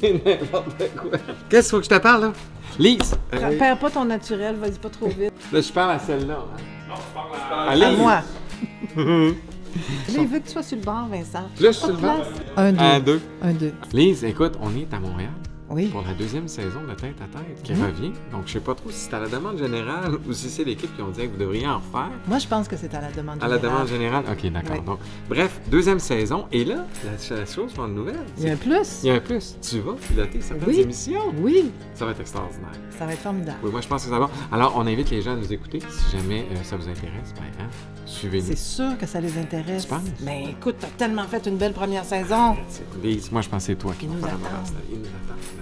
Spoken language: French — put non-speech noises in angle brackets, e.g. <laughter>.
C'est n'importe quoi. Qu'est-ce qu'il faut que je te parle, là? Lise! Euh, Prends- Perds pas ton naturel, vas-y pas trop vite. Là, je parle à celle-là. hein. À À Lise. <laughs> moi. J'ai vu que tu sois sur le bord, Vincent. Là, je suis Pas sur de le Euh, ventre. place. Un, deux. À deux. Un, deux. Lise, écoute, on est à Montréal Oui. pour la deuxième saison de Tête à Tête qui Mhm. revient. Donc, je sais pas trop si c'est à la demande générale ou si c'est l'équipe qui ont dit que vous devriez en faire. Moi, je pense que c'est à la demande À la générale. demande générale. OK, d'accord. Oui. Donc, bref, deuxième saison. Et là, la, la chose grande nouvelle, Il y a c'est un plus? qu'il y a un plus. Tu vas piloter certaines Oui. émissions. Oui. Ça va être extraordinaire. Ça va être formidable. Oui, moi, je pense que ça va. Alors, on invite les gens à nous écouter. Si jamais euh, ça vous intéresse, ben, hein, suivez-nous. C'est sûr que ça les intéresse. Tu penses? Mais écoute, t'as tellement fait une belle première saison. C'est- Lise, moi, je pense que c'est toi qui Ils vas nous faire la attendent. balance. Ils nous attendent.